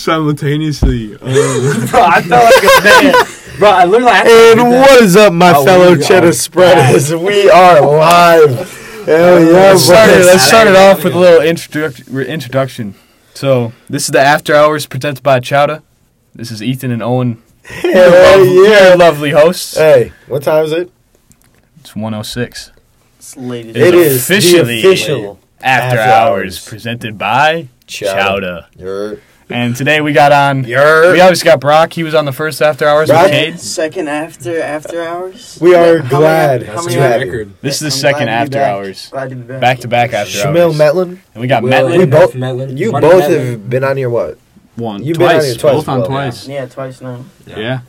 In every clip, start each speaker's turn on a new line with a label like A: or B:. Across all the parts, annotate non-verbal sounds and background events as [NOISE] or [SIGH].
A: simultaneously. Uh,
B: Bro, I felt like a man. Bro, I looked like.
C: And what is up, my
B: Oh,
C: fellow
B: we are
C: cheddar spreaders? We are live. Hell [LAUGHS] yeah,
B: Let's
C: bro.
B: start it.
D: started, let's
B: I
D: start it
B: didn't
D: off
B: know
D: with a
B: you.
D: little introduct- re- introduction. So, this is the After Hours presented by Chowda. This is Ethan and Owen,
C: Hell
D: your
C: yeah.
D: lovely hosts.
C: Hey, what time is it?
D: It's 106.
B: It's late as
D: It
C: It
B: hell.
C: is
D: officially-
C: the official.
D: After,
C: After
D: hours.
C: Hours.
D: presented by Chowda.
C: Yer.
D: And today we got on. We
C: Yer.
D: obviously got Brock. He was on the first After Hours
C: Brock?
D: with Cade.
E: Second after after hours.
C: We are
E: How many-
C: glad
E: how
C: to
E: many-
C: have you.
A: record.
D: This is the
E: I'm
D: second
E: glad to
D: After
E: be back.
D: Hours.
E: Glad to be back.
D: Back to back After
C: Shamil
D: Hours.
C: Metlin.
D: And we got
B: Will
D: Matlin.
B: and
C: We both-
B: Metlin.
C: You
B: One
C: both
B: Metlin.
C: have been on here, what?
A: One.
C: You've been on
A: twice.
C: here twice,
A: Both on
C: Will.
A: twice.
E: Yeah, twice now.
A: Yeah.
C: Okay.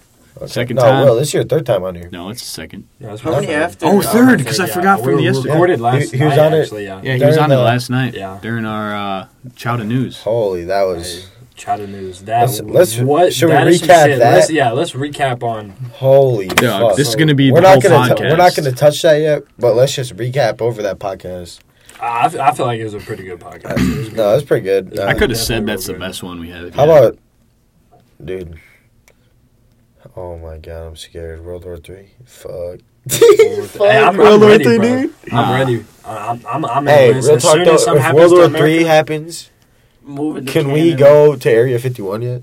A: Second
C: no,
A: time.
C: Well, this is your third time on here.
A: No, it's the second.
B: Yeah, that's
E: How
B: what I
E: many
B: thought.
E: after Oh, hours?
A: third, 'cause I forgot from
B: we were
A: yesterday.
B: recorded
C: Yeah.
B: last
C: He- he was
B: night,
C: on it.
B: actually, yeah.
A: Yeah, he
C: During
A: was on it
C: the-
A: last night
B: Yeah.
A: during our uh, Chowda News.
C: Holy, that was
B: Chowder news. That
C: Let's-
B: was
C: let's-
B: what?
C: should we
B: that is some
C: recap
B: shit.
C: that?
B: Let's, yeah, let's recap on.
C: holy.
A: Yeah,
C: fuck.
A: this is gonna be the
C: we're
A: whole
C: not gonna tou-
A: podcast.
C: we're not going to touch that yet, but let's just recap over that podcast.
B: I, I feel- I feel like it was a pretty good podcast. It was
C: No, that's pretty good.
A: I
C: Uh,
A: could have said
B: Definitely
A: that's the
B: will be.
A: best one we had.
C: How about, dude? Oh my god, I'm scared. World War Three. [LAUGHS] Fuck.
B: Hey, I'm,
C: World
B: I'm
C: War
B: ready,
C: Three,
B: bro.
C: dude.
B: I'm
A: Nah.
B: ready. I'm, I'm, I'm
C: Hey,
B: in this.
C: real
B: as
C: talk
B: soon
C: though.
B: as something
C: If
B: happens
C: World
B: to
C: War
B: America,
C: Three happens,
E: Moving. to
C: can we
E: Canada.
C: go to Area 51 yet?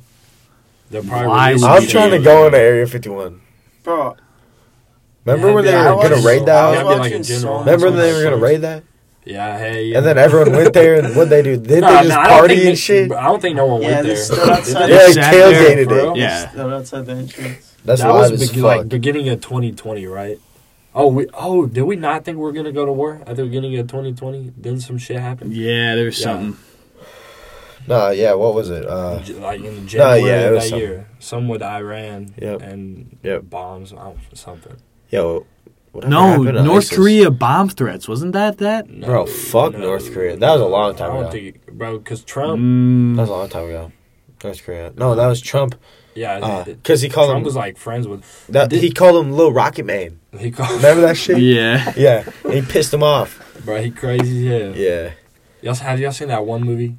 B: they'll probably
A: Why
B: release
A: would
B: it
C: I'm
A: you
B: to
C: trying to
B: you.
C: go into Area 51.
E: Bro,
C: Remember
B: Yeah,
C: when they
B: dude, I
C: were gonna
B: was-
C: raid
B: I
C: that?
B: was
C: house?
B: like a
E: watching
B: general.
E: songs.
C: Remember
B: That's
C: when they
B: what
C: were gonna
B: sucks.
C: raid that?
B: Yeah, hey.
C: And then everyone went there,
B: [LAUGHS]
C: and what they do? Did
B: Nah,
C: they just
B: nah, I don't think
C: party
B: they-
C: and shit?
B: I don't think no one
E: Yeah,
B: went
E: they
B: there.
E: stood outside.
C: Yeah,
A: Sat there,
C: tailgated
B: bro.
C: it.
A: Yeah.
E: still outside the entrance.
C: That's
B: that
C: live
B: was
C: as
B: beg-
C: fuck.
B: like beginning of 2020, right? Oh, we oh did we not think we were gonna go to war at the beginning of 2020? Then some shit happened.
A: Yeah, there's
B: Yeah.
A: something.
C: Nah, yeah. What was it? Uh,
B: J- Like in January
C: yeah, it
B: of
C: was
B: that
C: something.
B: year, some with Iran
C: Yep.
B: and
C: Yep.
B: bombs, I don't- something.
C: yo, whatever
A: No,
C: happened to
A: North
C: ISIS?
A: Korea bomb threats. Wasn't that that?
B: No,
C: Bro, fuck
B: no.
C: North Korea. That was a long
B: I
C: time
B: don't
C: ago.
B: think, bro, because Trump.
C: That
A: Mm,
C: was a long time ago. North Korea. No, that was Trump.
B: Yeah, th-
C: Because he called
B: Trump
C: Uh, him.
B: was like friends with.
C: that, he called him Little Rocket Man.
B: He called,
C: [LAUGHS] Remember that shit?
A: yeah.
C: Yeah. And he pissed him off.
B: [LAUGHS] bro. He crazy as hell.
C: Yeah.
B: Y'all have y'all seen that one movie?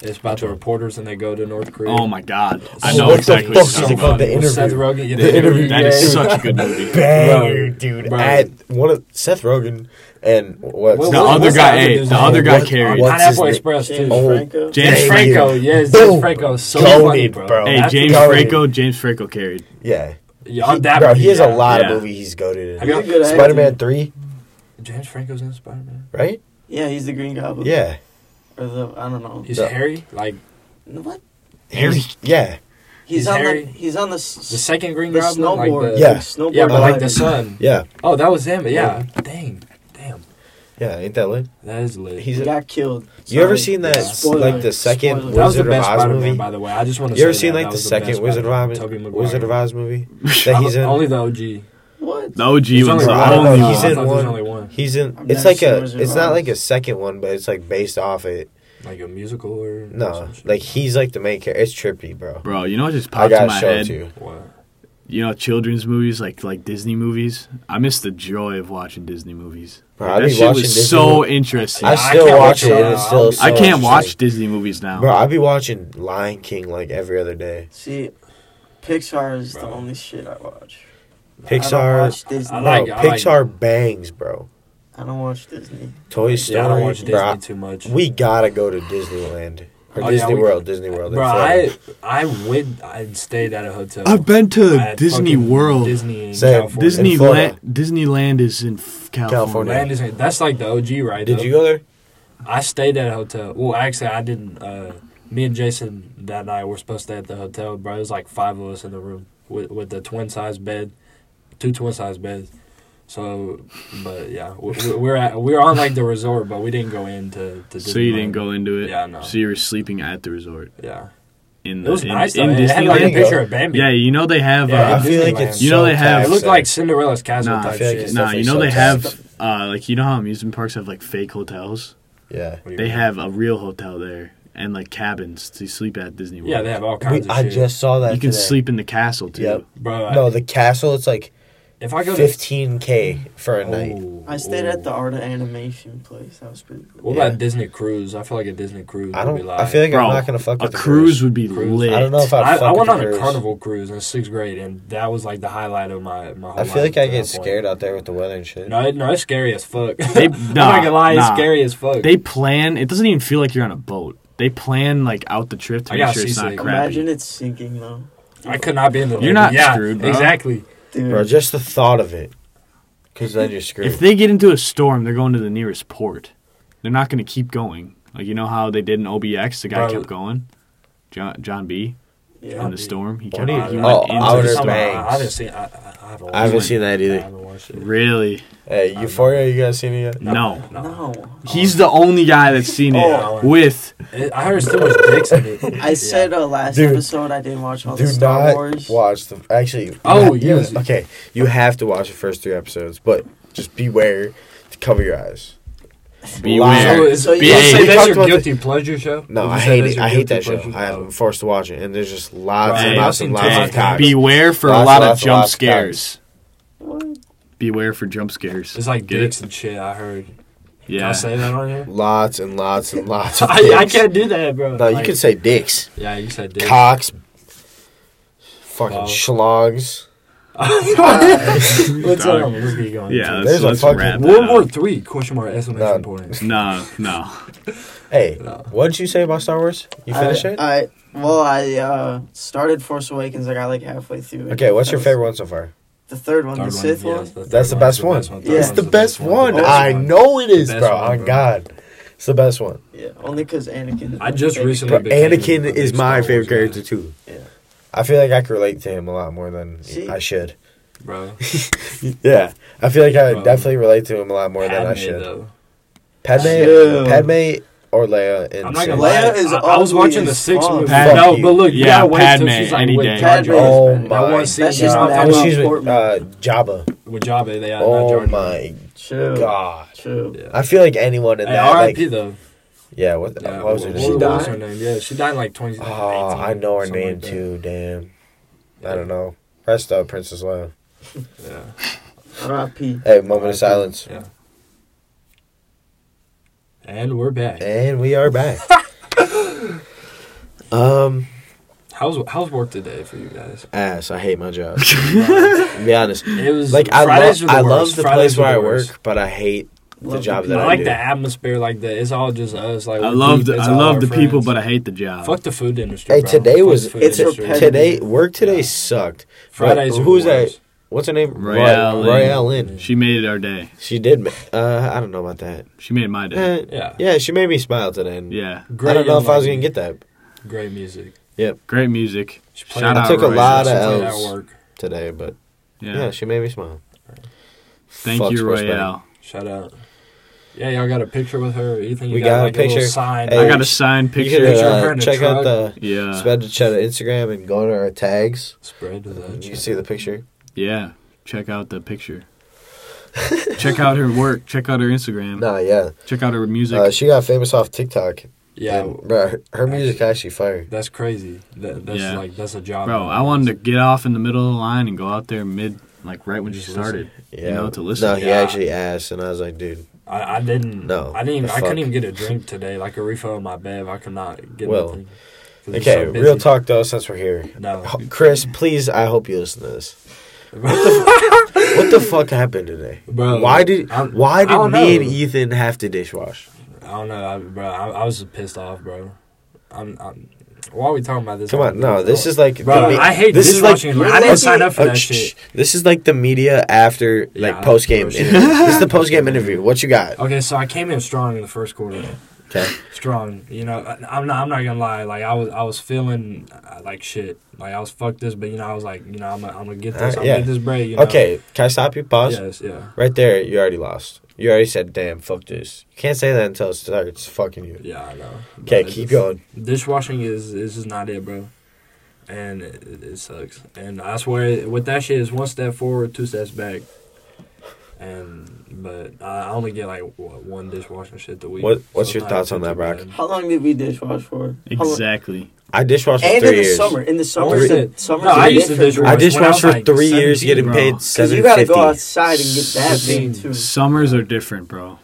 B: It's about the reporters and they go to North Korea.
A: Oh my god. I
C: So
A: know
C: what the
A: exactly
C: fuck
A: what
C: is
A: you're
C: it
A: talking
C: called?
A: about.
C: The
B: With Seth
C: interview.
B: Rogan. Yeah,
C: The interview,
A: That is
C: Yeah.
A: such a good
C: [LAUGHS]
A: movie.
C: Banger,
B: Bro,
C: dude.
B: bro.
C: At one of Seth Rogen and what's
B: What-
A: The
B: what-
A: other
B: what's
A: guy
B: that
A: ate.
B: dude's
A: The
B: name?
A: other guy
C: What-
A: carried.
C: what- What's his
B: Pineapple
C: name?
B: Express
E: James
B: too.
C: Oh.
E: Franco.
A: James
B: James
C: Thank
B: Franco,
C: you.
B: yes,
C: Boom.
B: James Franco, is so
C: Goated,
B: funny, bro.
C: bro.
A: Hey,
B: That's
A: James
B: the-
C: goated.
A: Franco. James Franco carried.
C: Yeah.
B: Yeah, on
C: He-
B: that
C: bro,
B: movie,
C: he has
B: yeah.
C: a lot
A: Yeah.
C: of movies he's goaded in.
B: Have you-
E: He's a good actor.
C: Spider Man 3,
B: James Franco's in Spider Man.
C: right?
E: Yeah, he's the Green Goblin.
C: Yeah.
E: Or the, I don't know.
B: He's
C: Yeah.
B: Harry, like
E: what?
A: Harry.
C: Yeah.
E: He's,
B: He's
E: on
B: Harry.
E: the. He's on the. s-
B: the second Green
E: the
B: Goblin,
E: snowboard.
B: like the,
C: Yeah.
E: Snowboard.
B: yeah, but like
E: ride.
B: the sun.
C: Yeah.
B: Oh, that was him. Yeah, dang, damn,
C: Yeah. Ain't that lit?
B: that is lit.
C: He's
E: He
C: a,
E: got killed.
C: you ever
E: Sorry.
C: seen that,
E: Spoiler.
C: like, the second
E: Spoiler.
B: that was
C: Wizard
B: the
C: of
B: best
C: Oz
B: Spider Man,
C: movie?
B: by the way. I just want to.
C: you ever
B: say
C: seen
B: that.
C: like
B: That
C: the
B: was
C: second
B: best
C: Wizard of,
B: Spider-Man,
C: Oz,
B: Tobey Maguire. Uh,
C: Wizard of Oz movie
B: [LAUGHS]
C: that he's in?
B: Only the OG.
E: What?
A: The OG
B: There's
A: one's
B: only
A: the
B: one.
C: I
A: only
C: don't know,
B: I
C: he's
B: thought
C: in
A: one.
B: there's
C: one.
B: only one,
C: He's in.
E: I've
C: It's
E: never
C: like
E: seen
C: a.
E: Wizard of
C: It's not
E: Oz.
C: like a second one, but it's like based off it.
B: like a musical or
C: No,
B: some shit.
C: like he's like the main character. It's trippy, bro.
A: Bro, you know what just
C: I
A: popped in
C: gotta
A: my
C: show it to
A: head?
C: you.
B: what?
A: You know, children's movies like like Disney movies. I miss the joy of watching Disney movies.
C: Bro, I
A: that
C: be
A: shit
C: watching
A: was
C: Disney
A: so
C: movies.
A: interesting.
C: I
A: I,
B: s-
C: still
B: can't
C: watch
B: watch
C: it.
B: it
C: and It's
B: now.
C: still.
B: I
C: so
A: can't watch
C: interesting.
A: Disney movies now.
C: Bro, I be watching Lion King like every other day.
E: See, Pixar is the
B: Bro.
E: only shit I watch. I don't
C: Pixar.
E: watch Disney.
B: I
C: Bro,
B: like-
C: Pixar bangs, bro.
E: I don't watch Disney.
C: Toy Story,
B: Yeah, I don't watch Disney
C: bro.
B: too much.
C: We gotta go to Disneyland or
B: Oh, yeah,
C: Disney
B: we-
C: World. Disney World.
B: Bro,
C: that's
B: I I went I stayed at a hotel.
A: I've been to
B: at
A: Disney
B: fucking
A: World.
B: Disney in
C: Same.
B: California.
C: Disney- In Florida.
A: Disneyland. Disneyland is in f- California.
C: California.
B: Land is- that's like the OG right
C: Did
B: though.
C: you go there?
B: I stayed at a hotel. Well, actually, I didn't. Uh, me and Jason that night were supposed to stay at the hotel, bro. It was like five of us in the room with with the twin size bed, two twin size beds. So, but yeah, we, we- we're at we're on like the resort, but we didn't go into. To
A: So you
B: Disneyland.
A: didn't go into it.
B: Yeah, no.
A: So you were sleeping at the resort
B: Yeah,
A: in
B: it
A: the
B: was
A: in,
B: nice.
A: in
B: though. It had like a
A: Disneyland.
C: Disneyland.
B: picture of Bambi.
A: Yeah, you know they have.
B: Yeah,
C: I
A: uh,
B: it's
C: feel like
B: Disneyland.
C: it's
A: You know
C: so
A: they have-
B: It
C: taxing.
B: looked like Cinderella's castle
A: Nah,
B: type
C: I feel like
B: shit.
C: it's
A: nah, you
C: definitely
A: know
C: so
A: they
C: taxed.
A: have uh, like you know how amusement parks have like fake hotels.
C: Yeah.
B: What do you
A: They
B: mean?
A: have a real hotel there and like cabins to sleep at Disney World.
B: Yeah, they have all
C: We,
B: kinds of
C: I
B: shit.
C: just saw that.
A: You can
C: today.
A: sleep in the castle too.
C: Yep.
B: Bro, I-
C: No, the castle. It's like
B: If I go to
C: Fifteen k for a night.
B: Oh,
E: I stayed at the
B: oh.
E: Art of Animation place. That was pretty cool.
B: What
C: Yeah.
B: about Disney cruise? I feel like a Disney cruise.
C: I
B: would be
C: don't.
B: like,
C: I feel like
A: Bro,
C: I'm not gonna fuck
A: A
C: with the
A: cruise would be
B: Cruise.
A: lit.
C: I don't know if I'd
B: I,
C: fuck
B: I
C: with
B: went
C: the
B: on a
C: cruise.
B: carnival cruise in sixth grade, and that was like the highlight of my my whole
C: I feel
B: life
C: like I
B: at that
C: get
B: point.
C: scared out there with the weather and shit.
B: No, it- no, it's scary as fuck. [LAUGHS]
A: They,
B: I'm
A: nah,
B: not gonna lie, it's
A: nah.
B: scary as fuck.
A: They plan. It doesn't even feel like you're on a boat. They plan like out the trip to
B: I
A: make
B: got
A: sure it's not
B: seasick.
A: crappy.
E: Imagine it sinking though,
B: I could not be in the.
A: You're
B: Navy.
A: not
B: yeah,
A: screwed, bro.
B: Exactly.
E: dude.
C: Bro, just the thought of it. Because then you're screwed.
A: If they get into a storm, they're going to the nearest port. They're not going to keep going. Like you know how they did in OBX, the guy
B: Bro.
A: kept going. John John B
E: yeah.
A: in the
B: B.
A: storm, he
B: What
A: kept
B: do you-
A: he
B: you-
A: went
C: Oh,
A: into
C: Outer
A: the
B: I,
A: storm.
C: Banks.
B: I haven't seen. I, I, I haven't.
C: I haven't
B: watched it.
C: seen that
B: I
C: either.
B: haven't watched it.
A: Really?
C: Hey, Euphoria, you guys seen it yet?
A: No.
E: No,
A: He's the only guy that's seen it
B: Oh.
A: with
B: It- I heard so much dicks in it.
E: I said uh, last
C: Dude,
E: episode I didn't watch all
C: Do
E: the Star
C: not
E: Wars.
C: watch the. Actually,
B: Oh,
C: you,
B: yes.
C: okay. You have to watch the first three episodes, but just beware to cover your eyes.
B: So,
A: Beware.
B: is,
E: So
B: you
A: yeah,
B: say
A: we
B: that's
C: talked
B: your
C: about
B: guilty pleasure show?
C: No,
B: Would you
C: I
B: say
C: hate
B: that's
C: it.
B: your
C: I hate
B: guilty
C: that show.
B: pleasure
C: I am forced to watch it, and there's just lots
A: Hey,
C: and lots and
B: I've
C: lots
B: seen
C: of
B: Ted.
C: cock.
A: Beware for a
C: Lots,
A: lot of
C: lots,
A: jump
C: lots of
A: scares.
E: What?
A: Beware for jump scares.
B: It's like
A: Get it?
B: dicks and shit. I heard. Can I
A: Yeah.
B: say that on here?
C: Lots and lots and lots. Of
B: [LAUGHS] I, I
C: dicks.
B: can't do that, bro.
C: No, you
B: Like,
C: can say dicks,
B: Yeah, you said dick. [LAUGHS]
C: cocks, fucking
B: Wow.
C: schlongs.
B: What's
A: Dog.
B: up? Let's keep going.
A: Yeah, let's,
C: There's a
A: let's
C: fucking-
A: wrap
B: World
A: that
C: [LAUGHS]
B: War
A: up.
B: Three? Question mark? Exclamation
C: No.
B: point. uh,
A: No, no.
C: Hey,
B: No.
C: what did you say about Star Wars? You finished
E: I,
C: it?
E: I well, I uh, started Force Awakens. I got like halfway through. it.
C: okay, what's your
E: That was
C: favorite one so far?
E: The third one,
B: Third
E: the fifth
B: yeah,
E: one.
B: it's third
C: That's the best one.
E: Yeah.
B: Third
C: It's
E: It's
C: the
B: one's
C: best one.
B: The
C: I
B: best one.
C: know it is,
B: The
C: bro.
B: best one,
C: On
B: bro.
C: God, it's the best one.
E: Yeah, only because Anakin.
B: I just recently-
C: Bro,
B: Big fan of
C: Anakin
B: the
C: is
B: Star
C: my
B: Wars
C: favorite
B: guy.
C: character too.
E: Yeah.
C: I feel like I can relate to him a lot more than
E: See?
C: I should.
B: bro.
C: Yeah, I feel like I
B: Bro.
C: definitely relate to him a lot more than I
B: Padme,
C: should.
B: though.
C: Padme,
E: Ew.
C: Padme, or Leia.
B: I'm
C: In
B: not gonna
E: Leia
B: lie.
E: is
B: I, I was
E: ugly
B: watching the
E: as
B: sixth
E: fuck.
B: movie.
A: Padme.
B: No, but look, you
A: Yeah,
B: gotta wait till
A: Padme,
B: she's like
A: any
B: with
A: day.
B: Jar Jar.
E: Padme.
C: Oh
E: That
C: my!
B: one scene,
C: That's
B: yeah.
C: just
B: Natalie
C: when she's with
E: Portman.
C: uh, Jabba.
B: with Jabba. They uh, had
C: oh
B: Jordan.
C: my
E: Chill.
C: god!
E: Chill.
B: Yeah.
C: I feel like anyone in
B: Hey,
C: that, like,
B: R.I.P. though.
C: yeah. What,
B: Yeah,
C: what was her
B: what-
C: name?
E: She
B: what was
E: died?
B: her name? Yeah, she died in like 20.
C: Oh, I know her
B: something
C: name
B: like that.
C: too. Damn.
B: Yeah.
C: I don't know. Rest up, Princess Leia.
B: Yeah.
E: R.I.P.
C: Hey, moment of silence.
B: Yeah. And we're back.
C: And we are
B: [LAUGHS]
C: back. um,
B: How's how's work today for you guys?
C: ass. I hate my
B: [LAUGHS]
C: job. To [LAUGHS] be honest.
B: It was
C: Like I,
B: Fridays
C: lo-
B: are
C: I
B: the
C: love
B: worst.
C: the
B: Fridays
C: place where
B: are
C: I
B: the worst.
C: work, but I hate the
E: Love
C: job
E: the
C: that
B: I
C: I,
B: like
C: do.
B: the atmosphere, like the it's all just us. Like
A: I
B: we're
A: love
B: deep,
A: the
B: it's
A: I
B: all
A: love
B: our
A: the people,
B: friends.
A: but I hate the job.
B: Uh, fuck the food industry.
C: Hey,
B: bro.
C: today
B: Fuck
C: was
B: the food
C: it's
B: industry.
E: repetitive.
C: today work today
B: Yeah.
C: sucked.
B: Fridays.
C: But
B: are
C: who's
B: the
C: that?
B: worst.
C: What's her name?
A: Royale
C: Roy-
A: Lynn.
C: Royale Lynn.
A: She made it our day.
C: She did. ma- Uh, I don't know about that.
A: She made my day.
C: Eh,
B: Yeah.
C: yeah, she made me smile today. And
A: Yeah.
C: I don't know if I was gonna
B: unlikely.
C: get that
B: great music.
A: Great music.
B: She played-
A: Shout
C: I
A: out
C: took a
A: Roy.
C: lot
B: She
C: of
B: played at
C: L's.
B: work.
C: today, but
A: Yeah.
C: yeah, she made me smile.
A: Thank
C: Fuck
A: you,
C: Sports
A: Royale.
B: Shout out. Yeah, y'all got a picture with her. Ethan, you
C: We
B: got,
C: got a
B: like a, little
C: picture.
B: sign.
C: Hey,
A: I
B: like,
A: got a signed
C: betting. You
A: picture.
C: should,
B: Picture of
C: uh,
B: her in a
C: check out
B: truck.
C: the
A: Yeah.
C: Spedicetta Instagram and go to our tags.
B: spread to
C: You
B: that.
C: can see the picture.
A: Yeah. Check out the
C: [LAUGHS]
A: picture. Check out her work. Check out her Instagram.
C: Nah, yeah.
A: Check out her music.
C: Uh, she got famous off TikTok.
B: Yeah,
C: And, bro, her, her music actually fire.
B: that's crazy. That, that's
A: Yeah.
B: like that's a job.
A: Bro, I wanted to get off in the middle of the line and go out there mid, like right when she
B: Just listen.
A: started.
C: Yeah.
A: You know, to listen.
C: No, he
B: Yeah.
C: actually asked, and I was like, dude,
B: I, I didn't.
C: No,
B: I didn't. Even,
C: the
B: I couldn't
C: fuck.
B: even get a drink today. Like a refill on my bev, I could not get.
C: Well,
B: nothing. 'Cause it's
C: Okay,
B: so busy.
C: real talk though, since we're here.
B: No.
C: H- Oh, Chris, please, I hope you listen to this.
B: [LAUGHS]
C: What the fuck happened today?
B: Bro,
C: why did
B: I'm-
C: why
B: I
C: did me
B: don't know.
C: and Ethan have to dishwash?
B: I don't know, I, bro. I, I was just pissed off, bro. I'm. I'm why are we talking about this?
C: Come on, no, this is like
B: Bro,
C: me-
B: I hate
C: this is like
B: dishwashing. I didn't sign up for
C: Oh,
B: that
C: shh,
B: shit.
C: This is like the media after like
B: Yeah, Oh,
C: post game.
B: for sure.
C: This is the post game interview. What you got?
B: Okay, so I came in strong in the first quarter.
C: Okay,
B: strong. You know, I- I'm not. I'm not gonna lie. Like I was, I was feeling uh, like shit. Like I was fucked this, but you know, I was like, you know, I'm, gonna- I'm gonna get this.
C: Uh,
B: I'm
C: yeah.
B: gonna get this break. You know?
C: okay. Can I stop you? Pause.
B: Yes. Yeah.
C: Right there, you already lost. You already said, "Damn, fuck this." You can't say that until it starts fucking you.
B: Yeah. I know.
C: Okay,
B: But
C: keep
B: it's-
C: going.
B: Dishwashing is is just not it, bro. And it, it it sucks. And I swear, with that shit, it's one step forward, two steps back. and but I only get like what, one dishwashing shit a week.
C: What- what's your
B: Sometimes
C: thoughts on
B: it's
C: that,
B: too
C: Brock?
B: bad.
E: How long did we dishwash for? How long-
A: Exactly.
C: I dishwashed for
E: And
C: three
E: in the
C: years.
E: summer, in the summer,
C: Three-
E: the summer.
B: No, I
C: three-
B: used to dishwash.
C: I
B: when was,
C: dishwashed for
B: like,
C: three years,
B: 17,
C: getting
A: bro.
C: paid
E: because
C: seven
E: you
C: fifty.
E: gotta go outside and get that thing too.
A: Summers are different, bro.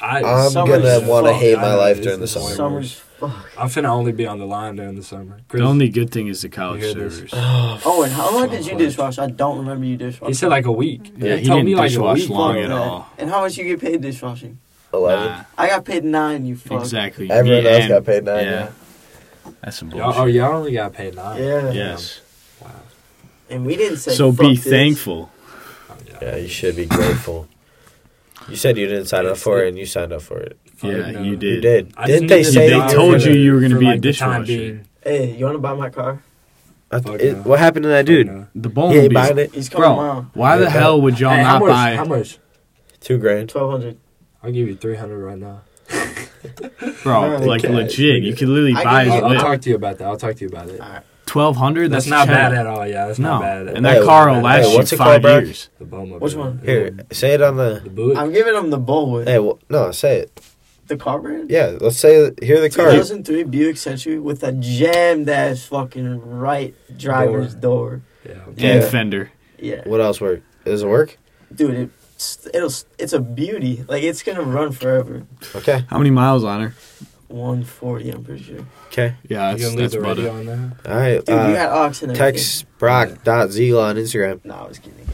B: I,
C: I'm
B: summer's
E: gonna wanna
B: fucked.
C: hate my
B: I know,
C: life
B: it's
C: during the summer.
E: Summers. fuck.
B: I'm finna only be on the line during the summer. Chris,
A: The only good thing is the college
B: hear this?
A: servers.
E: Oh, and how long did you
B: Fuck.
E: dishwash? I don't remember you dishwashing.
B: he said like a week.
A: Yeah,
B: He
A: he
B: told
A: didn't
B: me like a
A: dishwash
B: week.
A: long
E: Fuck
A: at
E: that.
A: all.
E: And how much you get paid dishwashing?
C: Eleven.
A: Nah,
E: I got paid nine. You fuck.
A: exactly.
C: Everyone
A: Me
C: else
A: and-
C: got paid nine.
A: Yeah.
C: Yeah.
D: That's some
B: Y'all, oh,
D: bullshit.
B: y'all only got paid nine.
E: Yeah.
A: Yes.
B: Wow.
E: And we didn't say.
A: So
E: fuck
A: be
E: this.
A: thankful.
B: Oh,
C: yeah, you should be grateful. You said you didn't sign up for it, and you signed up for it.
B: Fuck
A: Yeah,
B: no.
A: you did.
C: You did.
B: I just
C: Didn't they say
B: needed the
A: They
B: dollar
A: told
B: for
A: you
B: the-
A: you were gonna
B: for,
A: be a
B: like, the time
A: dishwasher.
B: being.
E: Hey, you want to buy my car?
C: I
B: Fuck
C: th- it-
B: no.
C: what happened to that dude?
B: Fuck no.
A: The
C: He ain't
A: Bumblebee.
C: buying it.
E: He's coming
A: Bro,
E: tomorrow.
A: why
C: Yeah.
A: the hell would y'all
B: Hey, how
A: not
B: much?
A: buy?
B: How much?
C: Two grand.
E: Twelve hundred.
B: I'll give you three hundred right now.
A: Bro,
E: They
A: like
C: can't.
A: legit, you could literally
E: I
A: buy
E: can
A: his
E: get-
B: I'll, I'll
A: whip.
B: talk to you about that. I'll talk to you about it.
E: Alright.
A: Twelve hundred.
B: That's not bad
A: cheddar.
B: at all. Yeah, that's
A: No,
B: not bad. At
A: and
B: all.
A: that
C: Hey,
A: car will
C: hey,
A: last
C: what's
A: you
C: it called,
A: five
C: Brock?
A: years.
B: The bum of
E: Which
B: it.
E: one?
C: Here, say it on the.
B: The boot.
E: I'm giving him the Bullwood.
C: Hey, well, no, say it.
E: The car brand?
C: Yeah, let's say hear the car.
E: 2003 Buick Century with a jammed ass fucking right driver's door.
B: yeah.
A: And
C: Yeah.
A: fender.
E: Yeah.
C: What else worked? Does it work?
E: Dude, it, it'll, it's a beauty. Like, it's gonna run forever.
C: Okay,
A: How many miles on her?
E: 140, I'm pretty sure. Dude,
C: okay.
A: Yeah,
B: You
A: that's,
B: gonna leave
A: that's
B: the
A: about
B: radio
A: it.
B: on there?
C: All right.
E: you
C: Uh,
E: got ox in everything.
C: text Brock.zeal on Instagram.
E: No, I was kidding.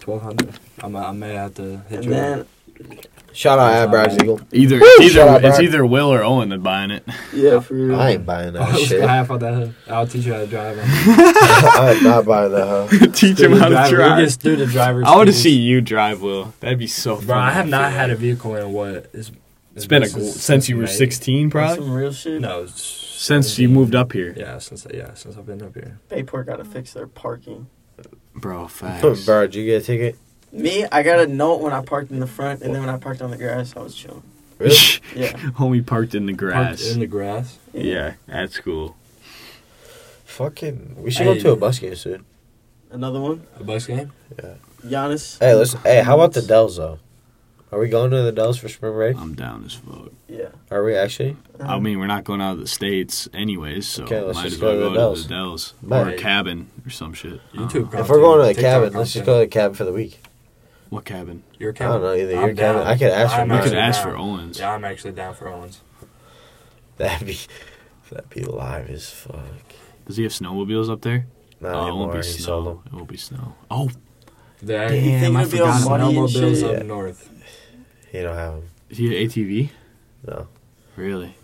B: Twelve hundred. I might, I may have to hit
E: And
B: you. up. [LAUGHS]
E: then,
C: Shout out at Brock Zeal.
A: Either
C: Shut up,
A: either it's
C: Brock.
A: either Will or Owen that buying it.
E: yeah, for real.
C: I ain't buying
B: [LAUGHS]
C: that
B: I'll
C: shit.
B: half on that. hood. I'll teach you how to
A: [LAUGHS]
B: drive. On.
C: [LAUGHS] I'm not buying that. Huh?
A: Teach him how to
B: We
A: drive.
B: just do the driver's.
A: I want to
B: skills.
A: see you drive, Will. That'd be so.
B: Bro, I
A: fun.
B: have not had a vehicle in what? It's,
A: It's been a since you were
B: May.
A: sixteen,
E: Want
A: probably.
E: Some real shit.
B: No, it's
A: Since you moved up here,
B: Yeah, since yeah, since I've been up here.
E: Payport gotta fix their parking.
A: [LAUGHS] bro. Facts. [LAUGHS]
C: Bro, did you get a ticket?
E: Me, I got a note when I parked in the front, and then when I parked on the grass, I was chilling.
C: Really?
E: Yeah.
A: Homie parked in the
B: Parked
A: grass.
B: in the grass.
A: yeah, at school.
C: Fucking, we should go
B: Hey.
C: to a bus game soon.
E: Another one,
B: A bus game.
E: Giannis.
C: Hey, let's. Hey, how about the Dells though? Are we going to the Dells for spring break?
A: I'm down as fuck.
E: Yeah.
C: Are we actually?
A: I mean, we're not going out of the states anyways, so
C: Okay, let's
A: might
C: just
A: as well
C: go to
A: go
C: the
A: to
C: Dells.
A: the Dells or
C: Right.
A: a cabin or some shit. I don't
B: YouTube.
A: know.
C: If we're going to the cabin, let's just go to the cabin for the week. [LAUGHS]
A: What cabin?
B: Your
C: I don't
B: cabin.
C: know either.
B: I'm
C: Your cabin.
B: down.
C: I could ask for
B: I'm
A: We
C: mine.
A: could
B: actually
A: ask
B: down.
A: for Owens.
B: Yeah, I'm actually down for Owens.
C: That'd be that'd be live as fuck.
A: Does he have snowmobiles up there?
C: Not
A: oh, it won't
C: anymore.
A: be
C: He sold
A: snow.
C: them.
A: It won't be snow. Oh,
B: There,
E: Damn,
B: you think
E: I
B: it'd be
E: forgot
B: on
E: about
B: money
E: that.
B: and shit?
C: Yeah.
B: up north.
C: He don't have them.
A: is he an ATV?
C: No.
A: Really?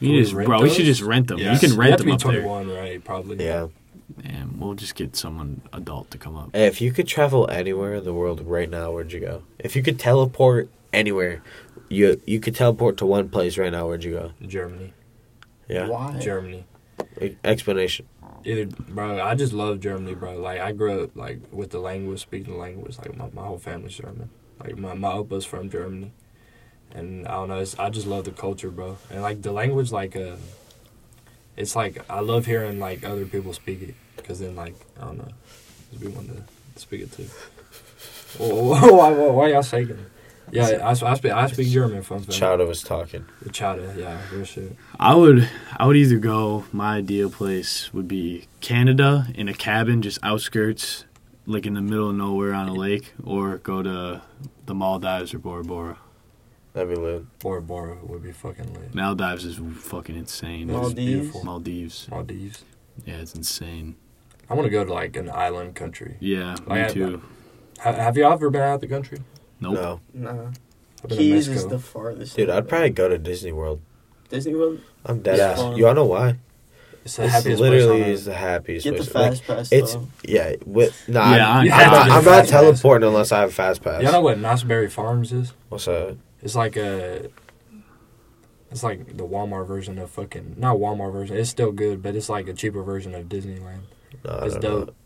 B: Can
A: You
B: we
A: just,
B: rent
A: bro, we should
B: those?
A: just rent them.
B: Yeah.
A: You can rent
B: have to
A: them
B: be
A: up there.
B: 21, right? Probably.
C: Yeah.
A: And we'll just get someone adult to come up.
C: Hey, if you could travel anywhere in the world right now, where'd you go? If you could teleport anywhere, you you could teleport to one place right now. Where'd you go?
B: Germany.
C: Yeah.
E: Why?
B: Germany.
C: E- Explanation.
B: Either, bro, I just love Germany, bro. Like I grew up like with the language, speaking the language. Like my, my whole family's German. Like my my opa's from Germany, and I don't know. It's, I just love the culture, bro, and like the language. Like uh, it's like I love hearing like other people speak it, cause then like I don't know, just be one to speak it too. [LAUGHS] why, why, why y'all shaking? Yeah, I, s- I speak I speak German. Fun fact.
C: Chowder was talking.
B: Chowder, yeah, real shit.
A: I would, I would either go. My ideal place would be Canada in a cabin, just outskirts, like in the middle of nowhere on a lake, or go to the Maldives or Bora Bora.
C: That'd be lit.
B: Bora Bora would be fucking lit.
A: Maldives is fucking insane. It's
E: Maldives?
A: beautiful. Maldives.
B: Maldives.
A: Yeah, it's insane.
B: I want to go to like an island country.
A: Yeah,
B: I
A: me
B: had
A: too.
B: Have, have y'all ever been out of the country?
A: Nope.
C: No,
E: Nah.
B: I've been to
E: Keys is
B: Mexico.
E: the farthest.
C: dude,
E: thing
C: I'd
E: I've
C: probably go to Disney World.
E: been. Disney World.
C: I'm dead
E: Yeah.
C: ass.
E: Fun.
C: You all know why?
B: it's the
C: This
B: happiest place on
C: literally
B: earth.
C: is the happiest.
E: Get the
C: place. Like,
E: fast pass.
C: it's
E: though.
C: yeah. With no,
A: Yeah,
C: I'm,
A: I-
B: You
C: I'm
B: have to
C: not,
B: get
C: I'm
B: the
C: not
B: fast pass.
C: teleporting unless I have a fast pass.
B: Y'all know what Knott'sberry Farms is?
C: What's up?
B: It's like a. It's like the Walmart version of fucking not Walmart version. It's still good, but it's like a cheaper version of Disneyland.
C: No, I
B: It's
C: don't know.
B: dope.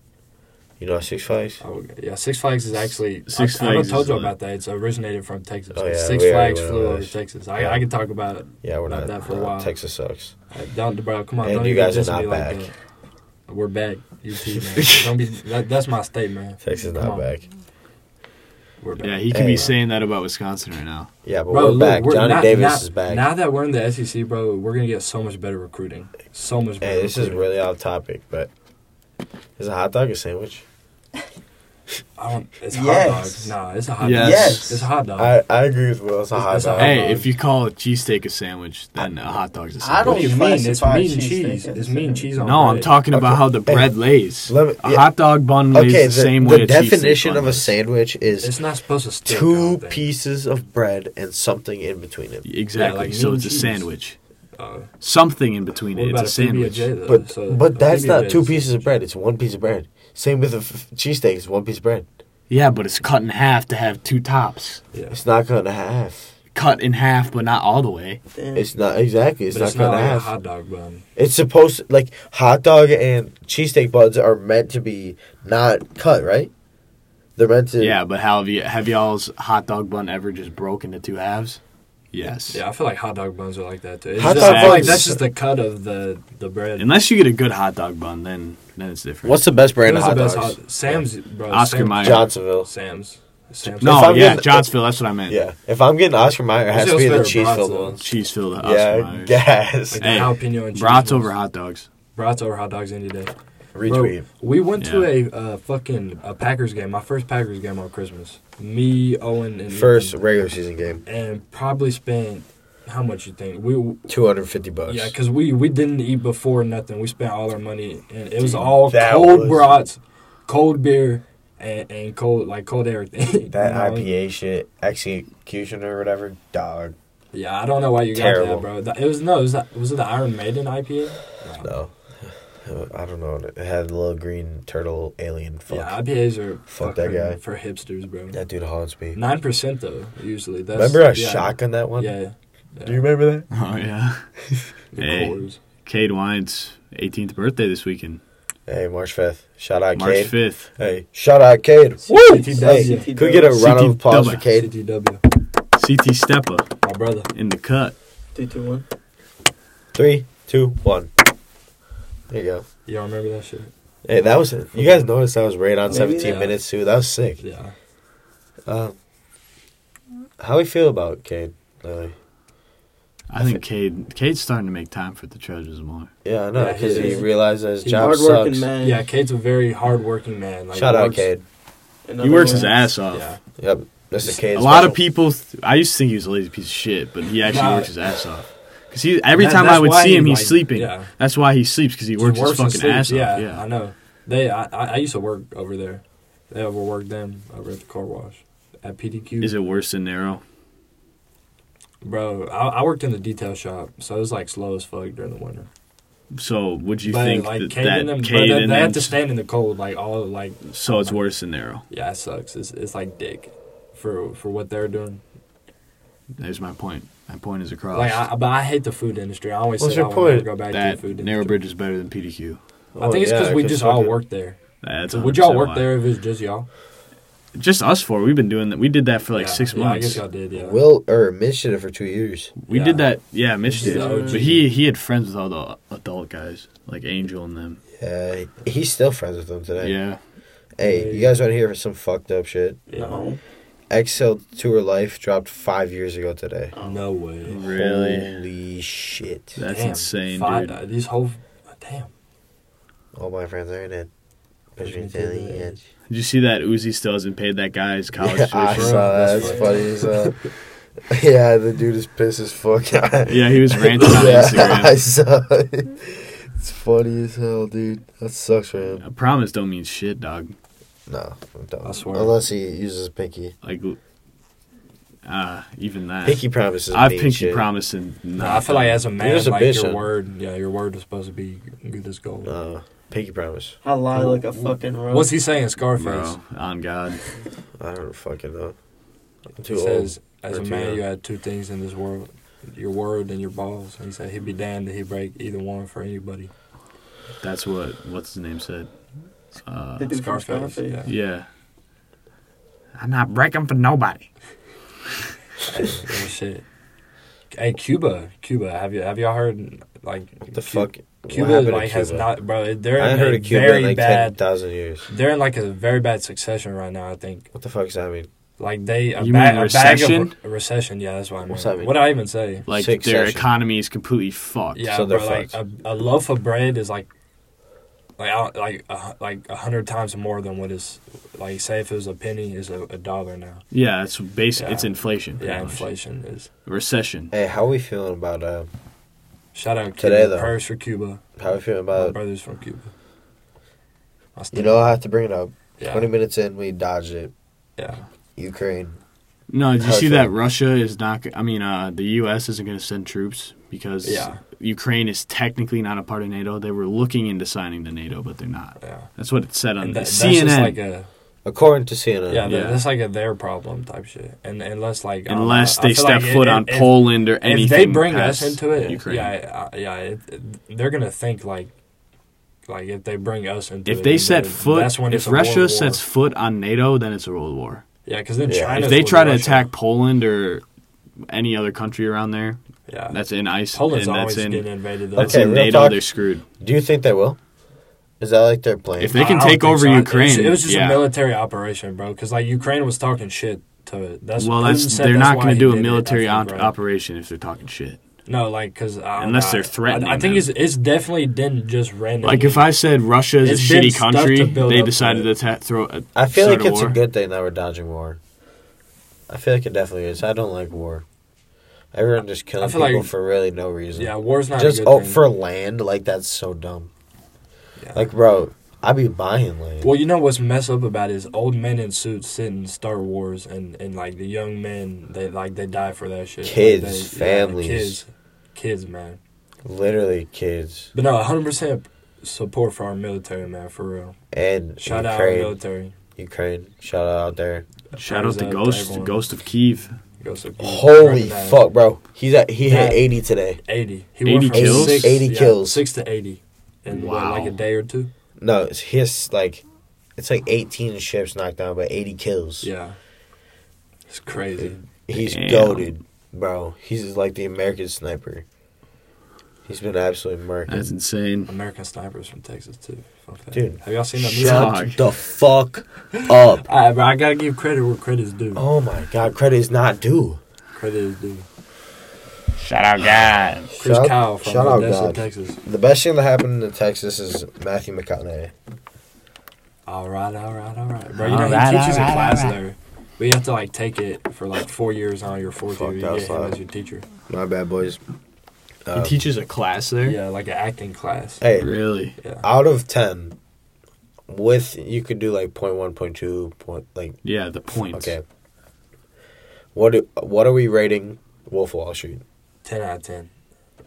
C: You know Six Flags?
B: I would, yeah, Six Flags is actually.
A: Six
B: I, I
A: Flags
B: told
A: is
B: you
A: lit.
B: about that. It's originated from Texas.
C: Oh, yeah,
B: Six
C: we already
B: Flags
C: went
B: flew
C: over
B: over
C: this.
B: Texas. I,
C: Yeah.
B: I can talk about it.
C: Yeah, we're
B: Not
C: not.
B: that for a
C: no,
B: while.
C: Texas sucks.
B: Uh, Don't, bro, come on.
C: And
B: don't
C: you
B: even
C: guys are
B: diss me
C: not
B: like
C: back.
B: that.
C: [LAUGHS]
B: We're back. You too, man. don't be. That, that's my statement.
C: Texas
B: Come
C: not
B: on.
C: back.
B: We're back.
A: Yeah, he could be
C: Hey.
A: saying that about Wisconsin right now.
C: Yeah, but
B: Bro,
C: we're
B: look,
C: back.
B: we're-
C: Johnny
B: now-
C: Davis
B: now-
C: is back.
B: Now that we're in the SEC, bro, we're gonna get so much better recruiting. So much better.
C: hey, this is
B: recruiting.
C: really off topic, but is a hot dog a sandwich?
B: I don't. It's
E: Yes.
B: hot dog. Nah, it's a hot
A: Yes.
B: dog.
E: Yes.
B: It's a hot dog.
C: I, I agree with Will. It's a
B: Oh. It's-
C: hot
B: it's a
C: dog.
B: hot
A: Hey,
B: dog.
A: if you call a cheesesteak a sandwich, then a hot dog's a sandwich.
E: I
B: what do you
E: don't
B: mean? It's
E: classify
B: meat and
E: cheese
B: cheese.
E: steak as
B: It's
E: a
B: meat and
E: sandwich.
B: cheese on
A: No, I'm
B: bread.
A: talking about
C: Okay.
A: how the
C: Hey,
A: bread lays.
C: let me-
A: a
C: yeah.
A: hot dog bun lays
C: okay,
A: the,
C: the,
A: same
C: the
A: way. a cheesesteak
C: definition
A: bun
C: of a
A: lays.
C: sandwich is
B: It's not supposed to stick. I
C: two
B: don't think.
C: pieces of bread and something in between it.
A: Exactly.
B: like meat
A: so
B: and
A: it's a
B: cheese.
A: sandwich.
B: Uh,
A: Something in between
B: what
A: it. It's
B: about
A: a sandwich.
B: PB&J, though?
C: But
B: So, a
C: but that's not
B: PB&J
C: two
B: is-
C: pieces of bread. It's one piece of bread. Same with a f- cheesesteak. It's one piece of bread.
A: Yeah, but it's cut in half to have two tops.
B: Yeah.
C: It's not cut in half.
A: Cut in half, but not all the way.
E: Damn.
C: It's not exactly. It's
B: but
C: not
B: it's
C: cut
B: not
C: in
B: like a
C: half.
B: hot dog bun.
C: It's supposed to, like hot dog and cheesesteak buns are meant to be not cut, right? They're meant to.
A: Yeah, but how have you have y'all's hot dog bun ever just broke into two halves? Yes.
B: Yeah, I feel like hot dog buns are like that too. It's
C: Hot
B: just, I
A: dog
B: feel like
A: buns-
B: that's just the cut of the the bread.
A: Unless you get a good hot dog bun, then then it's different.
C: What's the best
B: What
C: brand
B: is
C: of hot
B: the best
C: dogs?
B: hot- Sam's, bro.
A: Oscar
B: Sam's,
A: Mayer.
C: Johnsonville.
B: Sam's. Sam's.
C: If
A: no,
C: I'm
A: yeah,
C: getting-
A: Johnsville. That's what I meant.
C: Yeah. If I'm getting Oscar Mayer, it has to
B: Those
C: be
B: are
C: the
B: better
C: cheese filled
B: brats,
C: ones.
A: Cheese filled Oscar
C: Yeah,
A: Myers.
C: gas.
B: Like
A: Hey,
B: the jalapeno and cheese.
A: Brats
B: ones.
A: over hot dogs. [LAUGHS]
B: Brats over hot dogs any day. Bro,
C: [LAUGHS] Retweet.
B: we went
A: Yeah.
B: to a uh, fucking a Packers game. My first Packers game on Christmas. Me, Owen, and
C: First
B: Ethan.
C: regular season game,
B: and probably spent how much you think we
C: two hundred fifty bucks.
B: yeah because we we didn't eat before nothing. We spent all our money and it was all
C: that
B: cold
C: was-
B: brats, cold beer, and, and cold like cold everything.
C: that
B: [LAUGHS] You know?
C: IPA shit, execution or whatever, dog.
B: Yeah, I don't know why you
C: Terrible.
B: got that, bro. That- It was no, it was, that, was it the Iron Maiden IPA? No.
C: No, I don't know. It had a little green turtle alien. Fuck
B: Yeah, IPAs are
C: Fuck that
B: fucking
C: guy.
B: for hipsters, bro.
C: that dude haunts me.
B: Nine percent though, usually. That's,
C: Remember I
B: yeah.
C: shotgun that one?
B: Yeah, yeah.
C: Do you remember that?
A: Oh yeah.
B: The
A: Hey.
B: cores.
A: Cade Wine's 18th birthday this weekend,
C: Hey, March fifth. Shout
B: Uh,
C: out
A: March
C: Cade.
A: 5th.
C: Hey, shout out Cade. Woo! Hey,
B: CTW.
C: could we get a round of applause for Cade?
B: CTW,
A: CT Steppa
B: my brother.
A: in the cut.
E: Three, two, one.
C: Three, two, one. There you go.
B: Y'all remember that shit?
C: Hey, that was you guys noticed that was right on
E: Maybe
C: seventeen
B: that-
C: minutes too. That was sick.
B: Yeah.
C: Um, how we feel about Cade? Uh, Really?
A: I think Cade Cade's starting to make time for the treasures more.
C: Yeah, I know
B: Yeah,
C: because he
B: he's-
C: realized that his
B: he's
C: job
E: Hardworking
C: sucks.
E: man.
B: Yeah, Cade's a very hardworking man. Like,
C: Shout out
B: works-
C: Cade.
E: In
A: He
E: other
A: works his
E: words,
A: ass off.
B: Yeah.
C: Yep, that's the Cade.
A: a lot of
C: special.
A: people. Th- I used to think he was a lazy piece of shit, but he actually
B: Nah.
A: works his ass off. Because he every
B: That-
A: time I
B: that's
A: would
B: why
A: see
B: he,
A: him, he's
B: like-
A: sleeping.
B: yeah.
A: That's why he sleeps because he
B: He
A: works his
B: and
A: fucking ass
B: sleeps.
A: off.
B: I
A: Yeah,
B: know. They, I, I, I used to work over there. They overworked them over at the car wash at PDQ.
A: is it worse than Narrow?
B: Bro, I, I worked in the detail shop, so it was like slow as fuck during the winter.
A: So would you
B: but
A: think
B: like
A: that,
B: Cade
A: that
B: and them, bro,
A: Cade
B: they,
A: and
B: they
A: them,
B: had to stand in the cold, like all like
A: so it's worse than Narrow?
B: yeah, it sucks. It's it's like dick for for what they're doing.
A: There's my point. My point is across.
B: Like, I, but I hate the food industry. I always
C: What's
B: say I
C: your
B: would
C: point?
B: never go back to
A: that
B: the food
A: Narrow
B: industry.
A: Bridge is better than PDQ.
B: I think it's
C: Oh,
B: because
C: yeah,
B: we
C: 'cause
B: just all
C: fucking-
B: worked there.
A: That's
B: Would y'all
A: 100%
B: work
A: why.
B: there if it was just y'all?
A: Just us four. We've been doing that. We did that for like
B: Yeah,
A: six
B: yeah, I guess
A: months.
B: y'all did. Yeah.
C: Will or Mitch did it for two years.
A: We
B: Yeah.
A: did that. Yeah, Mitch
B: Yeah,
A: did.
B: OG.
A: But he he had friends with all the adult guys, like Angel and them.
C: Yeah, he's still friends with them today.
A: Yeah.
C: Hey, you guys want to hear some fucked up shit?
E: No.
C: XL Tour Life dropped five years ago today.
B: No way.
A: Really?
C: Holy shit!
A: That's
B: Damn,
A: insane,
B: five-
A: dude.
B: uh, these whole damn.
C: All my friends are in it.
B: Push
C: Pushing
B: me to
C: Taylor
B: the
C: Edge.
A: Did you see that Uzi still hasn't paid that guy his college
C: Yeah, [LAUGHS] I
A: tuition?
C: saw that. That's
B: That's
C: funny as hell. [LAUGHS] yeah, the dude is pissed as fuck. [LAUGHS] yeah,
A: Yeah, he was ranting on
C: [LAUGHS] I
A: Instagram.
C: saw it. It's funny as hell, dude. That sucks for him.
A: A promise don't mean shit, dog.
C: No, I don't.
B: I swear.
C: Unless he uses pinky.
A: Like, uh, even that.
C: Pinky promises.
A: I've
C: mean
A: pinky
C: shit.
A: promised and
B: No, I feel like as a man,
C: just a
B: like
C: bitch,
B: your
C: huh?
B: word, yeah, your word was supposed to be good as gold.
C: No, pinky promise.
E: I lie like a fucking rogue.
B: What's he saying, Scarface?
A: bro, on God.
C: I don't fucking know. I'm
B: He
C: too old.
B: says, as
C: Or
B: a
C: too
B: man,
C: young.
B: you had two things in this world: your word and your balls. And he said he'd be damned if he break either one for anybody.
A: That's what, what's his name said. Uh,
E: the dude from
B: Scarface, yeah.
E: Scarface?
A: yeah. I'm not breaking for nobody.
B: Oh, shit. Hey, Cuba, Cuba. Have you have y'all heard like
C: What the fuck? What
B: Cuba
C: happened to
B: like has
C: Cuba?
B: not, bro. They're
C: I
B: in
C: ain't heard
B: a
C: of Cuba
B: very
C: in like
B: bad.
C: ten thousand years.
B: They're in like a very bad succession right now. I think
C: What the fuck does that mean?
B: Like they a,
A: You mean
B: ba- a bag of-
A: recession?
B: a recession, yeah, that's what I mean.
C: What's that mean?
B: What did I even say?
A: Like
C: Sick
A: their
C: session.
A: economy is completely fucked.
B: Yeah,
C: So they're
B: bro, like a, a loaf of bread is like like I- like a, hu- like a hundred times more than what is like say if it was a penny is a, a dollar now.
A: Yeah, it's base.
B: Yeah.
A: It's inflation. pretty
B: Yeah,
A: much.
B: inflation is.
A: Recession.
C: Hey, how we feeling about uh,
B: Shout out Cuba.
C: Today, though.
B: Prayers for Cuba.
C: how we feeling
B: My
C: about?
B: brothers from Cuba. I
C: You
B: still-
C: know, I have to bring it up.
B: yeah,
C: Twenty minutes in, we dodged it.
B: yeah.
C: Ukraine.
A: No, did you
C: How
A: see
C: so?
A: that Russia is not? g- I mean, uh, the U.S. isn't going to send troops because
B: Yeah.
A: Ukraine is technically not a part of NATO. They were looking into signing to NATO, but they're not.
B: Yeah.
A: That's what it said on
B: And
A: the
B: that, that's just
A: CNN.
B: like a
C: According to CNN.
B: yeah, that-
A: Yeah.
B: that's like a their problem type shit. And unless like I don't know,
A: unless
B: I
A: they
B: feel
A: step
B: like
A: foot
B: it-
A: on
B: it-
A: Poland or
B: if
A: anything.
B: they bring us
A: past
B: into it,
A: Ukraine.
B: yeah, I- yeah, it, it- they're gonna think like, like if they bring us into
A: If
B: it,
A: they
B: then
A: set
B: that's
A: foot,
B: when it's
A: if
B: a world war.
A: Russia sets foot on NATO, then it's a world war.
B: yeah, because then
C: Yeah.
B: China,
A: If they try to attack Poland or any other country around there,
B: yeah,
A: that's in ICE,
B: Poland's
A: and
B: always
A: that's
B: getting
A: in
B: invaded. though.
A: that's
C: Okay,
A: in
C: real
A: NATO.
C: talk.
A: They're screwed.
C: Do you think they will? Is that like their plan?
A: If they
B: I-
A: can
B: I don't
A: take
B: think
A: over
B: so. I-
A: Ukraine,
B: It was just
A: yeah.
B: a military operation, bro. Because like Ukraine was talking shit to it. That's
A: well,
B: Putin
A: that's
B: said
A: they're
B: that's
A: not
B: why
A: going
B: he
A: to do a
B: did it, I
A: military
B: think,
A: op-
B: bro.
A: operation if they're talking shit.
B: No, like because
A: Unless they're threatening
B: I, I think
A: them.
B: it's it's definitely didn't just randomly.
A: Like if I said Russia is
B: It's
A: a
B: been
A: shitty
B: stuff
A: country,
B: to build
A: they
B: up
A: decided
B: to
A: to
B: it.
A: ta- throw. A,
C: I feel
A: start
C: like it's
A: war.
C: a good thing that we're dodging war. I feel like it definitely is. I don't like war. Everyone just killing
B: I
C: people
B: feel like-
C: for really no reason.
B: yeah, war's not
C: just
B: a good
C: oh
B: thing.
C: for land like that's so dumb.
B: Yeah.
C: Like bro, I be buying land.
B: Well, you know what's messed up about it is old men in suits sit in Star Wars, and, and like the young men, they like they die for that shit. Like,
C: Kids,
B: they- yeah,
C: families.
B: kids, kids, man.
C: Literally kids
B: But no, hundred percent support for our military, man, for real.
C: and
B: Shout out our
C: Ukraine.
B: military.
C: Ukraine. Shout out out there.
A: Shout out
B: Prayers
A: the
B: to
A: ghost,
B: everyone.
A: ghost of Kiev.
B: Go support.
C: Holy
B: Right now.
C: fuck, bro. He's at he hit
B: That-
C: 80 today.
B: Eighty. He
A: 80
B: went from
A: kills?
C: 80 kills.
B: Six to eighty, in what,
A: Wow.
B: like a day or two.
C: No, it's his like it's like 18 ships knocked down but 80 kills.
B: Yeah, it's crazy.
C: He's
A: Damn.
C: goaded, bro. He's like the American sniper. He's been absolutely American.
A: That's insane.
B: American snipers from Texas too. Fuck that.
C: Dude,
B: have y'all seen that movie?
A: shout-
C: Shut the fuck up.
B: All right, bro. I gotta give credit where credit is due.
C: Oh my god, credit is not due.
B: Credit is due.
D: Shout out God.
B: Chris
C: Shout-
B: Kyle from
C: shout out
B: Odessa,
C: God.
B: Texas.
C: The best thing that happened to Texas is Matthew McConaughey.
B: All right, all right, all right, bro. You
D: All
B: know
D: right,
B: he teaches
D: all right,
B: a class
D: all right.
B: there, but you have to like take it for like four years on your fourth
C: Fuck,
B: year. You
C: that
B: get
C: was
B: him
C: loud.
B: as your teacher.
C: My bad, boys. Um,
A: he teaches a class there.
B: Yeah, like an acting class.
C: hey,
A: Really?
B: Yeah,
C: out of 10, with you could do like point one, point two, point like
A: Yeah, the points.
C: okay. What do, what are we rating Wolf of Wall Street?
B: ten out of ten.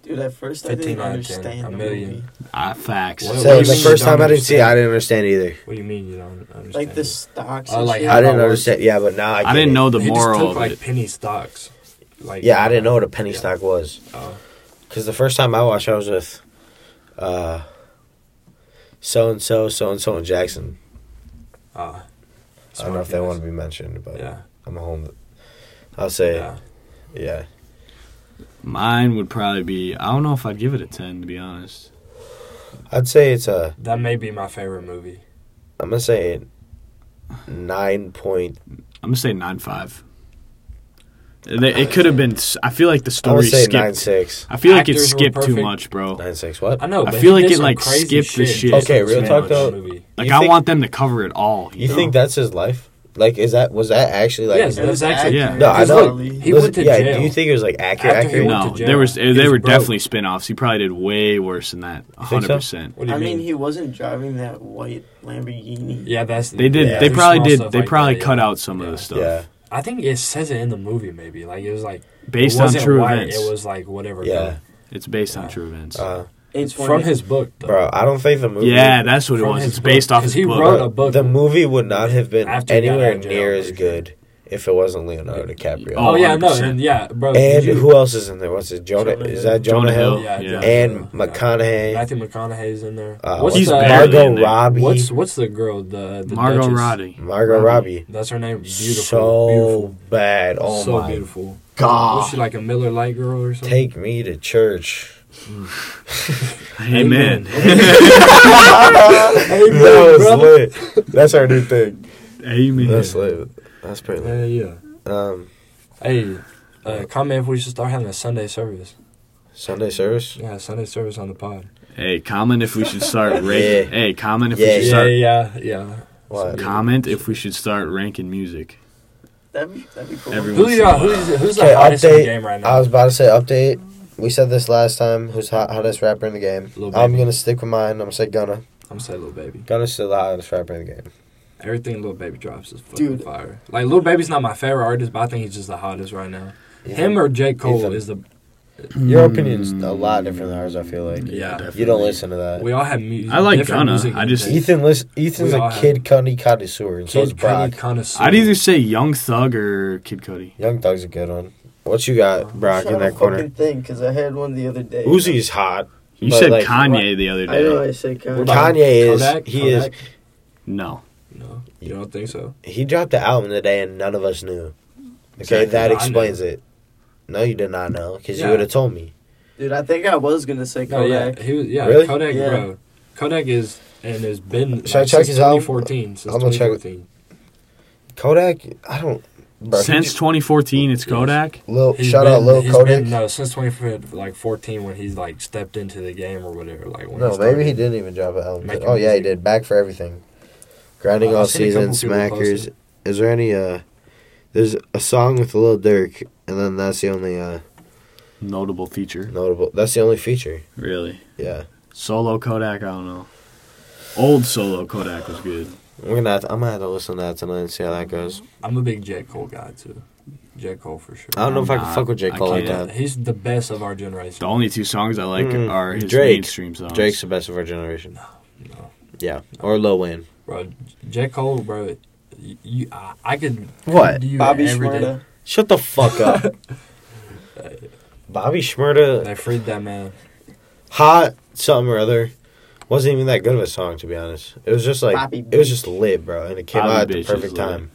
E: Dude, at first I
B: 15
E: didn't
B: out of 10,
E: understand
B: a
E: the
B: million.
E: movie.
A: Ah, facts.
B: What-
C: So
B: do you
C: the
B: mean you
C: first
B: don't
C: time I didn't see, it, I
B: understand?
C: didn't understand either.
B: What do you mean you don't understand?
E: Like the
B: it?
E: stocks.
B: Oh,
E: and
B: like
E: shit.
B: how
C: I didn't
B: that works.
C: understand. Yeah, but now I,
A: I
C: get
A: didn't
C: it.
A: know the
B: He just
A: moral
B: took
A: of
B: like
A: it.
B: penny stocks. Like
C: Yeah, I didn't know what a penny stock was.
B: Oh.
C: Because the first time I watched, I was with uh, so and so, so and so, and Jackson.
B: Uh,
C: I don't know if they want to be mentioned, but
B: Yeah,
C: I'm a home. I'll say, yeah.
B: yeah.
A: Mine would probably be. I don't know if I'd give it a ten to be honest.
C: I'd say it's a.
B: That may be my favorite movie.
C: I'm gonna say it. Nine point.
A: I'm gonna say nine five. It could have been. s- I feel like the
C: I'm
A: story
C: gonna say
A: skipped.
C: nine six.
A: I feel like it
B: Actors were
A: skipped too
B: perfect.
A: much, bro.
C: Nine six. What?
B: I know.
A: I
B: But
A: feel like
B: he did
A: it,
B: some
A: like,
B: crazy
A: skipped the
B: shit.
A: shit.
C: Okay, real
B: Yeah.
C: talk, though.
B: Movie.
A: Like
C: You
A: I
C: think-
A: want them to cover it all.
C: You
A: know?
C: think that's his life? Like, is that was that actually like?
B: Yes,
E: It was
B: That's actually-
E: actually
A: Yeah.
E: yeah.
A: No,
C: I know.
B: He
C: was-
B: went to
C: yeah,
B: jail.
C: Do you think it was like accurate?
B: After he
C: accurate?
B: went
A: No,
B: to jail.
A: there was
B: He
A: there
B: was
A: were
B: broke.
A: definitely spin-offs. He probably did way worse than that. A
C: think
A: hundred
C: so?
A: percent.
B: What do you
E: I
B: mean?
E: mean, he wasn't driving that white Lamborghini.
B: yeah, that's
A: They did.
C: Yeah.
A: They
B: there's
A: probably
B: small
A: did.
B: stuff
A: They
B: like
A: probably
B: that,
A: cut
B: yeah.
A: out some of
B: Yeah.
A: the stuff
C: Yeah.
B: I think it says it in the movie. Maybe like it was like
A: based
B: it
A: on
B: wasn't
A: true
B: white,
A: events.
B: It was like whatever.
C: Yeah.
A: it's based on
B: Yeah.
A: true events.
C: Uh,
B: it's from his book. Though.
C: bro, I don't think the movie.
A: yeah, that's what it
B: From
A: was.
B: his
A: It's based
B: book,
A: off
B: 'cause
A: his
B: he
A: book.
B: wrote a book.
C: The movie would not have been
B: After he got
C: anywhere
B: out of jail,
C: near
B: I'm
C: as
B: pretty sure.
C: good if it wasn't Leonardo DiCaprio.
A: Oh,
B: Oh, yeah, no,
A: 100%.
B: and Oh, yeah, bro.
C: and
B: did you-
C: who else is in there? What's it? Jonah?
B: Jonah
C: is
B: Hill.
C: that Jonah,
A: Jonah
C: Hill?
B: Yeah,
A: Yeah.
B: Jonah Hill,
C: And
B: yeah.
C: McConaughey's
B: Matthew McConaughey's in there.
C: Uh,
B: what's
A: He's
B: the,
A: barely
C: Margot
A: in there.
C: Robbie?
B: What's what's the girl? The, the
A: Margot
B: Duchess?
A: Robbie.
C: Margot Robbie?
B: That's her name. Beautiful.
C: so
B: beautiful.
C: bad. Oh
B: so
C: my
B: beautiful. Was
C: god!
B: she like a Miller Light girl or something?
C: Take me to church.
B: [LAUGHS]
A: Amen.
B: Hey,
C: That
B: bro,
C: was
B: bro.
C: lit. That's our new thing.
B: [LAUGHS]
A: Amen.
C: That's lit. That's pretty
B: Yeah,
C: lit.
B: yeah.
C: Um,
B: Hey, uh, comment if we should start having a Sunday service.
C: Sunday service.
B: Yeah, Sunday service on the pod.
A: Hey, comment if we should
B: [LAUGHS]
A: start
C: Yeah.
A: ranking. Hey, comment if
C: Yeah.
A: we should
B: Yeah,
A: start.
B: yeah, yeah.
C: What?
A: Comment if we should start ranking music.
E: That'd be, that'd be cool.
A: Everyone-
B: Who y'all? Who's who's
C: Okay,
B: the hottest in
C: update. uh,
B: the game right
C: I
B: now?
C: was about to say update. We said this last time. Who's hot, hottest rapper in the game?
B: Lil
C: I'm
B: Baby.
C: gonna stick with mine. I'm gonna say Gunna.
B: I'm saying little baby.
C: Gunna's still the hottest rapper in the game.
B: Everything little baby drops is fucking
E: Dude.
B: fire. Like little baby's not my favorite artist, but I think he's just the hottest right now. Him or J Cole
C: Ethan.
B: is the.
C: your opinion's a lot different than ours. I feel like
B: Yeah.
C: you don't listen to that.
B: We all have music.
A: I like
B: different
A: Gunna.
B: music
A: I just-
B: tastes.
C: Ethan listen, Ethan's
B: We
C: a
B: all have-
C: kid Cudi connoisseur, and so is
B: Kid
C: Brock.
B: Cudi connoisseur.
A: I'd either say Young Thug or Kid Cudi.
C: Young Thug's a good one. What you got, Brock,
E: Trying
C: in
E: to
C: that corner?
E: Fucking thing, because I had one the other day.
C: Uzi's hot.
A: You
C: But,
A: said
C: like,
A: Kanye the other
E: I know
A: day.
E: I said
B: What
E: Kanye.
B: about
C: Kanye is- he is-
A: No.
B: No, you don't think so.
C: He dropped an album today, and none of us knew. Okay,
B: Exactly.
C: that
B: I
C: explains it. No, you did not know because you
B: Yeah.
C: would have told me.
E: Dude, I think I was going to say
B: No, Oh, yeah,
E: Kodak.
B: he was. Yeah,
C: Really?
B: Kodak,
E: Yeah.
B: bro. Kodak is and has been.
C: Should I
B: like,
C: check
B: since
C: his album?
B: 2014. Since
C: I'm gonna check-
B: 2014.
C: Kodak, I don't. Bro,
A: Since 2014, it's Kodak.
C: Lil,
B: He's
C: shout out
B: been-
C: Lil
B: he's
C: Kodak.
B: been- no, since 2014, like 14, when he's like stepped into the game or whatever. Like when
C: no,
B: started.
C: maybe he didn't even drop an album.
B: Making
C: Oh yeah, he
B: music.
C: did. Back for everything. Grinding
B: I've
C: all
B: seen a
C: season,
B: couple people
C: smackers.
B: post
C: Is there any? uh There's a song with Lil Durk, and then that's the only uh
A: Notable feature.
C: notable. That's the only feature.
A: Really.
C: Yeah,
A: Solo Kodak, I don't know. Old solo Kodak was good.
C: we're gonna. Have to, I'm gonna have to listen to that tonight and see how that goes.
B: I'm a big J Cole guy too. J Cole for sure.
C: I don't know
A: I'm
C: if I can
A: not-
C: fuck with J
A: I
C: Cole like
A: can't.
C: that.
B: He's the best of our generation.
A: The only two songs I like
C: Mm,
A: are his
C: Drake.
A: mainstream songs.
C: Drake's the best of our generation.
B: No.
C: Yeah, or Lil Wayne.
B: Bro, J Cole, bro. You, you, I, I could
C: What?
B: do you
E: Bobby
B: every day.
E: Shmurda.
C: Shut the fuck
B: [LAUGHS]
C: up. Bobby Shmurda,
B: They freed that man.
C: hot something or other, wasn't even that good of a song to be honest. It was just like
E: Bobby
C: it was just lit, bro, and it came
A: Bobby
C: out at the
A: Bitch
C: perfect
A: is lit.
C: time.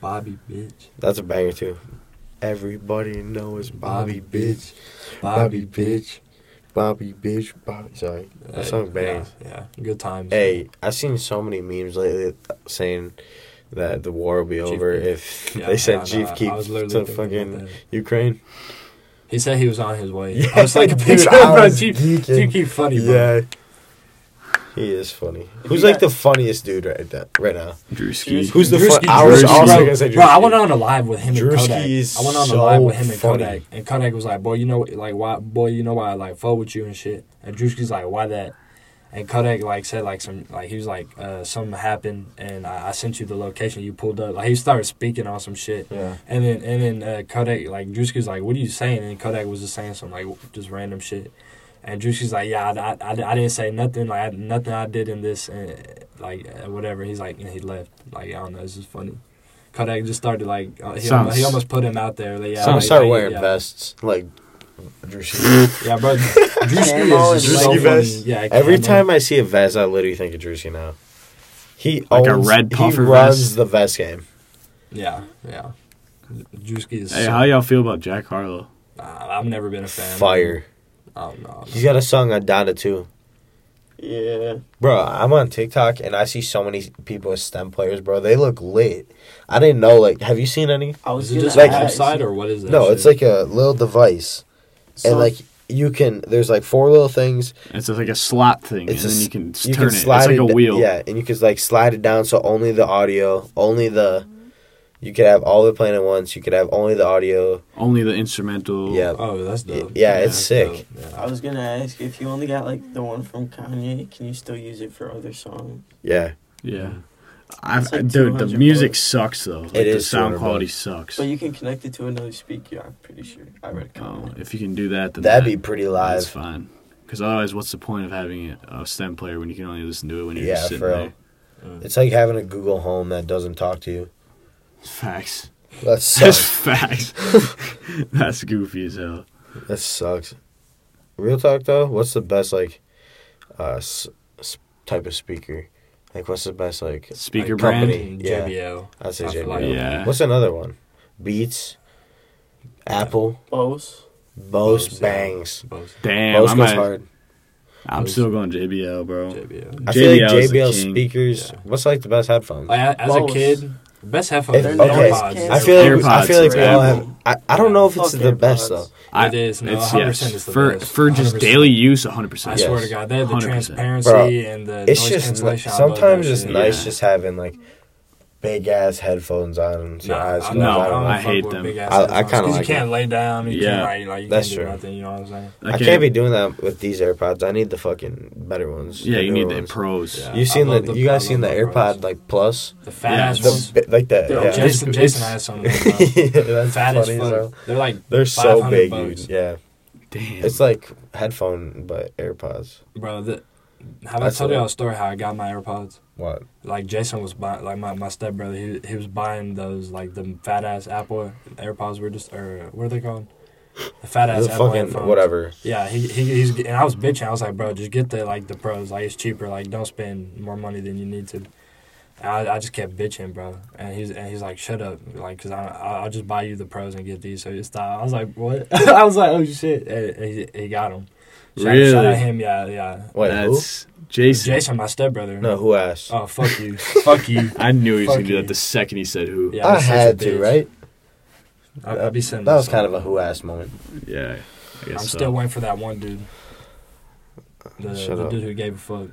B: Bobby bitch.
C: That's a banger too. Everybody knows Bobby, bitch,
B: Bobby,
C: Bobby
B: bitch.
C: Bobby bitch, Bobby. Sorry, that
B: Hey,
C: song bangs.
B: Yeah, yeah, good times.
C: Hey, I've seen so many memes lately saying that the war will be over
B: Keef.
C: if
B: [LAUGHS] Yeah,
C: they sent
B: no,
C: Chief
B: no, I
C: Keef
B: was literally
C: to
B: thinking about
C: fucking
B: that. [LAUGHS]
C: Ukraine. [LAUGHS]
B: He said he was on his way.
C: Yeah,
B: I was like,
C: [LAUGHS] dude,
B: bitch,
C: I
B: bro,
C: was
B: [LAUGHS] Chief,
C: geeking.
B: Chief Keef funny, bro.
C: Yeah. He is funny. Who's
E: you
C: like
E: got-
C: the funniest dude right now? Right now?
A: Drewski.
C: Who's the fun-
B: Drewski-
C: I was
A: Drewski.
C: also
A: Bro,
C: gonna say
B: Bro, I
C: Drewski.
B: went on a live with him
C: Drewski
B: and Kodak.
C: is
B: I went on a
C: so
B: live with him and
C: funny.
B: Kodak, and Kodak was like, "Boy, you know, like why, boy, you know why I like fought with you and shit." And Drewski's like, "Why that?" And Kodak like said like some like he was like uh something happened and I, I sent you the location you pulled up like he started speaking on some shit
C: Yeah.
B: and then and then uh, Kodak like Drewski's like what are you saying and Kodak was just saying some like just random shit and Drewski's like yeah I, I, I, I didn't say nothing like I, nothing I did in this and like uh, whatever he's like and he left like I don't know it's just funny Kodak just started like uh, he,
A: Sounds-
B: almost, he almost put him out there like, yeah
C: So I'm gonna
B: like,
C: start
B: like,
C: wearing
B: yeah.
C: vests like Drewski. [LAUGHS]
B: yeah bro Drewski is just Oh, so
C: Drewski
B: funny
C: vest.
B: yeah
C: Every
B: camo.
C: time I see a vest, I literally think of Drewski now. He
A: Like a
C: owns,
A: red puffer
C: he runs
A: vest?
C: the vest game.
B: yeah yeah Drewski is
A: Hey,
B: so-
A: how y'all feel about Jack Harlow?
B: Uh, I've never been a fan.
C: Fire.
B: Oh no.
C: He's got a song on Donna too.
E: Yeah.
C: Bro, I'm on TikTok and I see so many people as STEM players, bro. They look lit. I didn't know, like, have you seen any?
E: I was
B: Is it just
C: like
B: like
E: gonna ask.
B: website or what is that?
C: No,
B: shit?
C: it's like a little device.
E: So-
C: and, like, you can, there's like four little things.
A: It's just like a slot thing,
C: It's
A: and
C: a
A: then
C: s-
A: you can s-
C: You
A: turn
C: can
A: it. It's
C: slide
A: like
C: it
A: a
C: d-
A: wheel.
C: Yeah, and you can, like, slide it down so only the audio, only the, you could have all the playing at once. You could have only the audio.
A: Only the instrumental.
C: Yeah.
B: Oh, that's dope.
C: Yeah, it's
B: that's
C: sick.
B: dope.
E: I
B: Yeah.
E: was gonna ask if you only got like the one from Kanye, can you still use it for other songs?
C: Yeah.
A: Yeah. I've,
E: It's like
A: dude, the
E: 200
A: music
E: bucks.
A: sucks though. Like, the
C: is 200
A: sound
C: bucks.
A: quality sucks.
E: But you can connect it to another speaker. I'm pretty sure. I read a
A: Oh,
E: comment.
A: if you can do that, then
C: That'd
A: that-
C: be pretty
A: That's
C: live.
A: fine. Because otherwise, what's the point of having a- a STEM player when you can only listen to it when you're
C: Yeah,
A: just sitting
C: for real.
A: there?
B: Mm.
C: It's like having a Google Home that doesn't talk to you. [LAUGHS]
A: Facts. [LAUGHS]
C: That
A: That's
C: sucks.
A: facts. [LAUGHS] That's goofy as hell.
C: that sucks. Real talk though, what's the best like, uh, s- s- type of speaker? Like, what's the best like?
A: Speaker
B: Like
A: brand.
C: company. Yeah.
B: JBL.
C: I'd say
B: I feel like-
C: JBL.
A: Yeah.
C: What's another one? Beats, Apple,
E: Bose.
C: Bose,
B: Bose, yeah.
C: bangs.
B: Bose.
A: Damn,
C: Bose
A: I
C: goes
A: might-
C: hard.
A: I'm
B: Bose.
A: still going JBL, bro.
B: JBL.
C: I feel like
A: JBL is the
C: JBL
A: king.
C: speakers.
B: Yeah.
C: What's like the best headphones?
B: Like, I- as a
E: Bose.
B: kid, The best headphones.
C: If,
E: They're
B: are
E: not
C: okay,
E: AirPods.
C: I feel like, I
A: AirPods,
C: feel like we
A: right?
C: all have. I, I don't know if it's
E: Fuck
C: the best
E: AirPods.
C: though.
A: I-
B: It is. No,
A: it's-
B: 100% is the
A: for
B: best.
A: for just
B: 100%.
A: daily use, hundred percent.
B: I
C: Yes.
B: swear to God, they have the
A: 100%.
B: transparency
C: Bro,
B: and the
C: It's just
B: noise
C: ni-
B: cancellation. I love
C: sometimes
B: that
C: it's
B: shit.
C: nice
A: Yeah.
C: just having like big ass headphones on and your
B: Nah,
C: eyes.
B: I,
C: closed.
A: no,
C: I
A: I
C: don't know.
A: don't- hate them.
C: I- I kinda like
B: you can't lay down. You
A: Yeah.
B: can't like, like you
C: That's
B: can't do
C: true.
B: nothing. You know what I'm saying?
C: I can't, be doing that with these AirPods. I need the fucking better ones.
A: Yeah,
C: the
A: you
C: newer
A: need the
C: ones.
A: pros.
B: Yeah.
C: You seen
B: I
C: the,
B: love the-
C: You guys
B: I
C: seen the
B: love the pros.
C: AirPod like Plus?
B: The fat
A: Yeah,
B: ass
A: it's-
B: ones.
C: The, bi- like that.
B: Yo,
C: Yeah,
B: Jason,
A: It's-
B: Jason has
C: [LAUGHS]
B: some.
C: Yeah, that's
B: fat as
C: funny.
B: fuck.
C: bro.
B: They're like
C: They're so
B: 500
C: big,
B: bucks.
C: dude. Yeah,
A: Damn.
C: it's like headphone but AirPods.
B: bro. The, have I
C: That's
B: told
C: a-
B: y'all a story how I got my AirPods?
C: What?
B: Like Jason was buying, like my, my stepbrother, he he was buying those like the fat ass Apple AirPods were just or what are they called? The fat ass
C: The
B: Apple
C: fucking
B: headphones.
C: whatever.
B: Yeah, he, he he's and I was bitching. I was like, bro, just get the like the pros. Like it's cheaper. Like don't spend more money than you need to. And I, I just kept bitching, bro. And he's and he's like, shut up, like, cause I I- I'll just buy you the pros and get these. So you stop. I was like, what? [LAUGHS] I was like, oh shit. And and he, he got them. Shout, shout
A: Really?
B: out him. Yeah, yeah.
C: Wait, who?
A: That's Jason.
B: Jason, my stepbrother.
C: No, who asked?
B: Oh
C: [LAUGHS]
B: fuck you, fuck you.
A: I knew he was
B: Fuck
A: gonna do
B: you.
A: that the second he said who.
B: Yeah,
C: I
B: he's such a
C: had to,
B: bitch.
C: right?
B: I, I'd be sending.
C: That was
B: this
C: kind
B: one.
C: of a who ass moment.
A: Yeah, I
B: I'm
A: guess
B: still waiting for that one dude. The,
C: Shut
B: the
C: up.
B: dude who gave a fuck.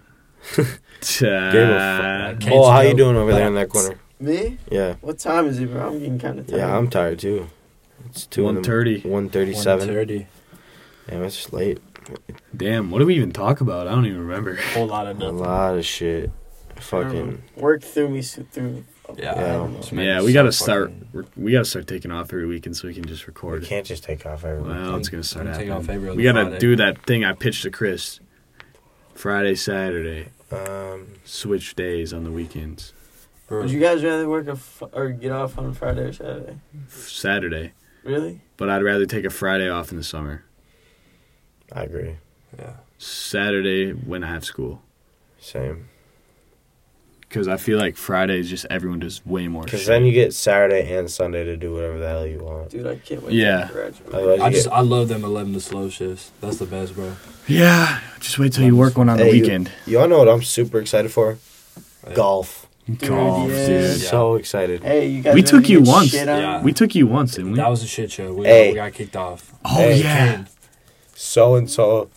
A: so.
C: Gave a
A: Uh,
B: fuck.
C: fuck. Well, how you
B: Joe.
C: doing over there in that corner?
E: Me?
C: Yeah,
E: What time is it, bro? I'm getting kind of tired.
C: yeah, I'm tired too. It's two
A: One thirty.
C: One thirty-seven.
B: 130.
C: Damn, it's late.
A: Damn, what did we even talk about? I don't even
B: [LAUGHS]
A: remember.
B: Whole lot of
C: A
B: nothing.
C: lot of shit. Fucking.
E: Work through me so- through.
B: Yeah.
E: I don't know.
B: It's
A: Yeah,
B: so
A: we gotta
B: fucking-
A: start. we're- We gotta start taking off every weekend so we can just
C: We
A: record.
C: can't just take off everyone.
A: Well, it's gonna start
B: I'm taking off
A: happening.
B: every other
A: We gotta
B: Friday.
A: do that thing I pitched to Chris. Friday, Saturday,
C: Um,
A: switch days on the weekends.
B: For-
E: Would you guys rather work a f- or get off on Friday or Saturday?
A: Saturday,
E: Really?
A: but I'd rather take a Friday off in the summer.
C: I agree.
B: yeah.
A: Saturday when I have school.
C: Same.
A: Because I feel like Friday is just everyone does way more.
C: Because
A: Shit.
C: then you get Saturday and Sunday to do whatever the hell you want.
E: Dude, I can't wait.
A: Yeah.
E: To graduate.
C: Otherwise, you
B: I just
C: get-
B: I love them eleven to slow shifts. That's the best, bro.
A: yeah, just wait till you work one on the
C: Hey, you-
A: weekend.
C: y'all know what I'm super excited for?
B: Right.
C: Golf.
A: Golf,
E: yeah.
A: dude.
B: Yeah.
C: So excited.
E: Hey, you guys.
A: We
E: really
A: took you
E: get
A: once.
E: shit on?
B: Yeah.
A: We took you once, didn't we?
B: That was a shit show. We,
C: Hey.
B: we got kicked off.
C: [CLEARS THROAT]
A: oh
C: Hey,
A: yeah.
C: So and so,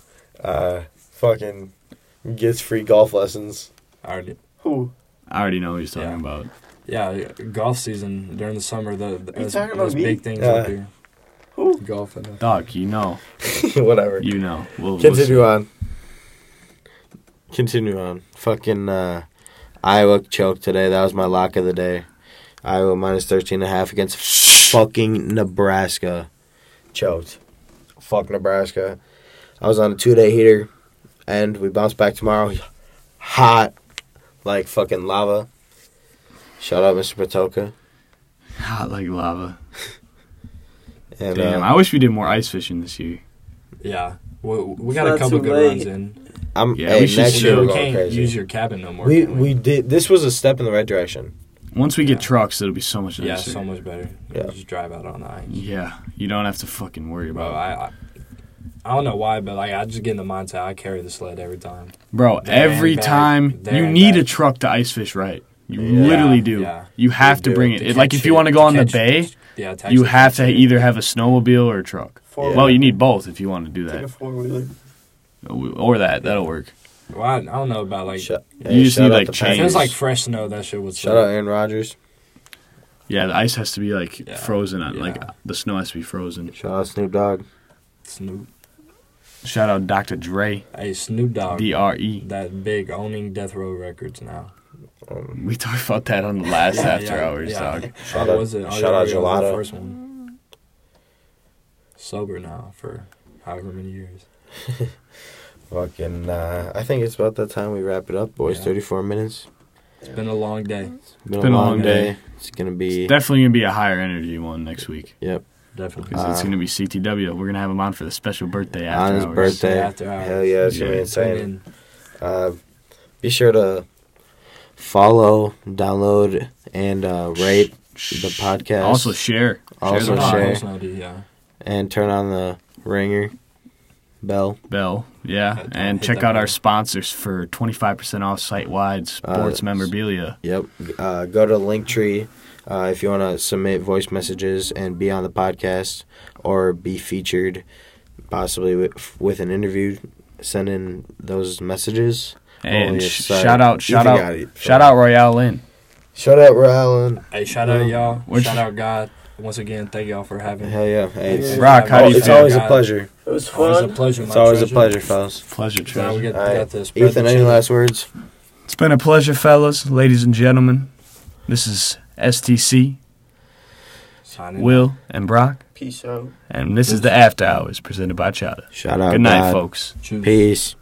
C: uh, fucking gets free golf lessons. [LAUGHS]
B: I already,
E: Who?
A: I already know what you're talking
B: Yeah.
A: about.
B: yeah, golf season during the summer. The, the
E: Are you
B: those,
E: talking about
B: those
E: me?
B: big things
C: Yeah.
B: up here.
E: Who?
B: Golf and
A: Doc, you know,
C: whatever.
A: you know. We'll, we'll
C: Continue on. Continue on. Fucking uh, Iowa choked today. That was my lock of the day. Iowa minus 13 and a half against fucking Nebraska. Choked. Fuck Nebraska. I was on a two day heater and we bounce back tomorrow. Hot like fucking lava. Shout out Mr. Patoka.
A: hot like lava.
C: And
A: Damn,
C: uh,
A: I wish we did more ice fishing this year.
B: yeah, we, we
E: It's
B: got a
E: not
B: couple
E: too
B: good
E: late.
B: runs in.
C: I'm
A: Yeah,
C: hey,
A: we should
C: next
A: still-
C: year we're
B: we
C: going
B: can't use
C: crazy.
B: your cabin no more.
C: We
B: can
C: we did this was a step in the right direction.
A: Once we get
B: Yeah.
A: trucks, it'll be so much nicer.
B: yeah, so much better.
C: Yeah.
B: You Just drive out on the ice.
A: Yeah, you don't have to fucking worry
B: Bro,
A: about it.
B: I, I I don't know why, but like I just get in the mindset I carry the sled every time.
A: Bro,
B: There and
A: every
B: back,
A: time
B: there
A: you
B: and
A: need a
B: back.
A: truck to ice fish right. You
C: Yeah,
A: literally do.
B: yeah.
A: You have
C: You
A: to
C: do.
A: bring it.
B: To
A: It- like
B: catch
A: if you
B: it-
A: want to go
B: to
A: on the
B: catch-
A: bay,
B: yeah, to
A: you
B: actually
A: have
B: catch
A: to
B: it.
A: either have a snowmobile or a truck.
E: Four.
A: Well, you need both if you want to do
E: Take a
A: that.
E: four wheeler.
A: Or that. That'll work.
B: Well, I, I don't know about like.
C: Sh-
B: It
A: You just
C: shout
A: need,
C: out
A: like,
C: the
A: change.
B: feels
C: Packers.
B: like fresh snow. That shit was.
C: Shout out Aaron Rodgers.
A: Yeah, the ice has to be like
B: Yeah.
A: frozen on.
B: Yeah.
A: Like the snow has to be frozen.
C: Shout out Snoop Dogg.
B: Snoop.
A: Shout out Dr. Dre,
B: Hey, Snoop Dogg.
A: D R E.
B: that big owning Death Row Records now.
C: Um,
A: We talked about that on the last
B: Yeah,
A: after
B: yeah,
A: hours,
B: yeah.
A: dog.
B: [LAUGHS]
C: Shout
B: Or
C: out-
B: was it? Oh,
C: shout
B: yeah,
C: out
B: we got the
C: Gelato.
B: First one. Sober now for however many years.
C: fucking. Uh, I think it's about that time we wrap it up, boys.
B: Yeah.
C: Thirty-four minutes.
B: It's been a long day,
C: It's been, a long day. It's gonna be.
A: It's definitely gonna be a higher energy one next week.
C: yep.
B: definitely.
A: 'Cause it's
C: Uh,
A: gonna be CTW. We're gonna have him on for the special birthday after
C: on his
A: hours.
C: birthday.
B: After hours.
C: Hell yeah, it's gonna be
A: Yeah.
B: Tune
C: insane.
B: in.
C: Uh, be sure to follow, download, and uh, rate the podcast.
A: Also share.
C: Also
A: the
B: Shout out
C: share.
A: podcast.
B: Host Nody, yeah.
C: and turn on the ringer bell.
A: Bell. Yeah.
B: Hit-
A: and
B: hit
A: check
B: that
A: out our
B: bell.
A: sponsors for 25% off site wide sports memorabilia.
C: Yep. Uh, go to Linktree. Uh, if you want to submit voice messages and be on the podcast or be featured, possibly with, with an interview, send in those messages.
A: And
C: Oh, yes,
A: sh-
C: sorry.
A: shout out,
C: You
A: shout
C: forgot
A: out,
C: it.
A: shout out Royale Lynn.
C: Shout out, Rylan.
B: Hey, shout out
C: Um,
B: y'all.
A: which-
B: Shout out God. Once again, thank y'all for having me.
C: Hell yeah. Hey, it's,
A: Rock, how do you
C: it's
A: feel?
C: always a pleasure.
E: It was
B: Always a
E: fun.
B: pleasure.
C: It's
B: my
C: always a
B: treasure.
C: pleasure, fellas.
F: Pleasure,
B: Now we
F: treasure.
B: got,
C: All right.
B: got this.
C: Ethan, any last words?
A: It's been a pleasure, fellas, ladies and gentlemen. This is STC, Will, and Brock,
E: Peace out.
A: and this is the After Hours presented by Chowder.
C: Shout out.
A: Good night,
C: God.
A: folks.
B: Choose.
C: Peace.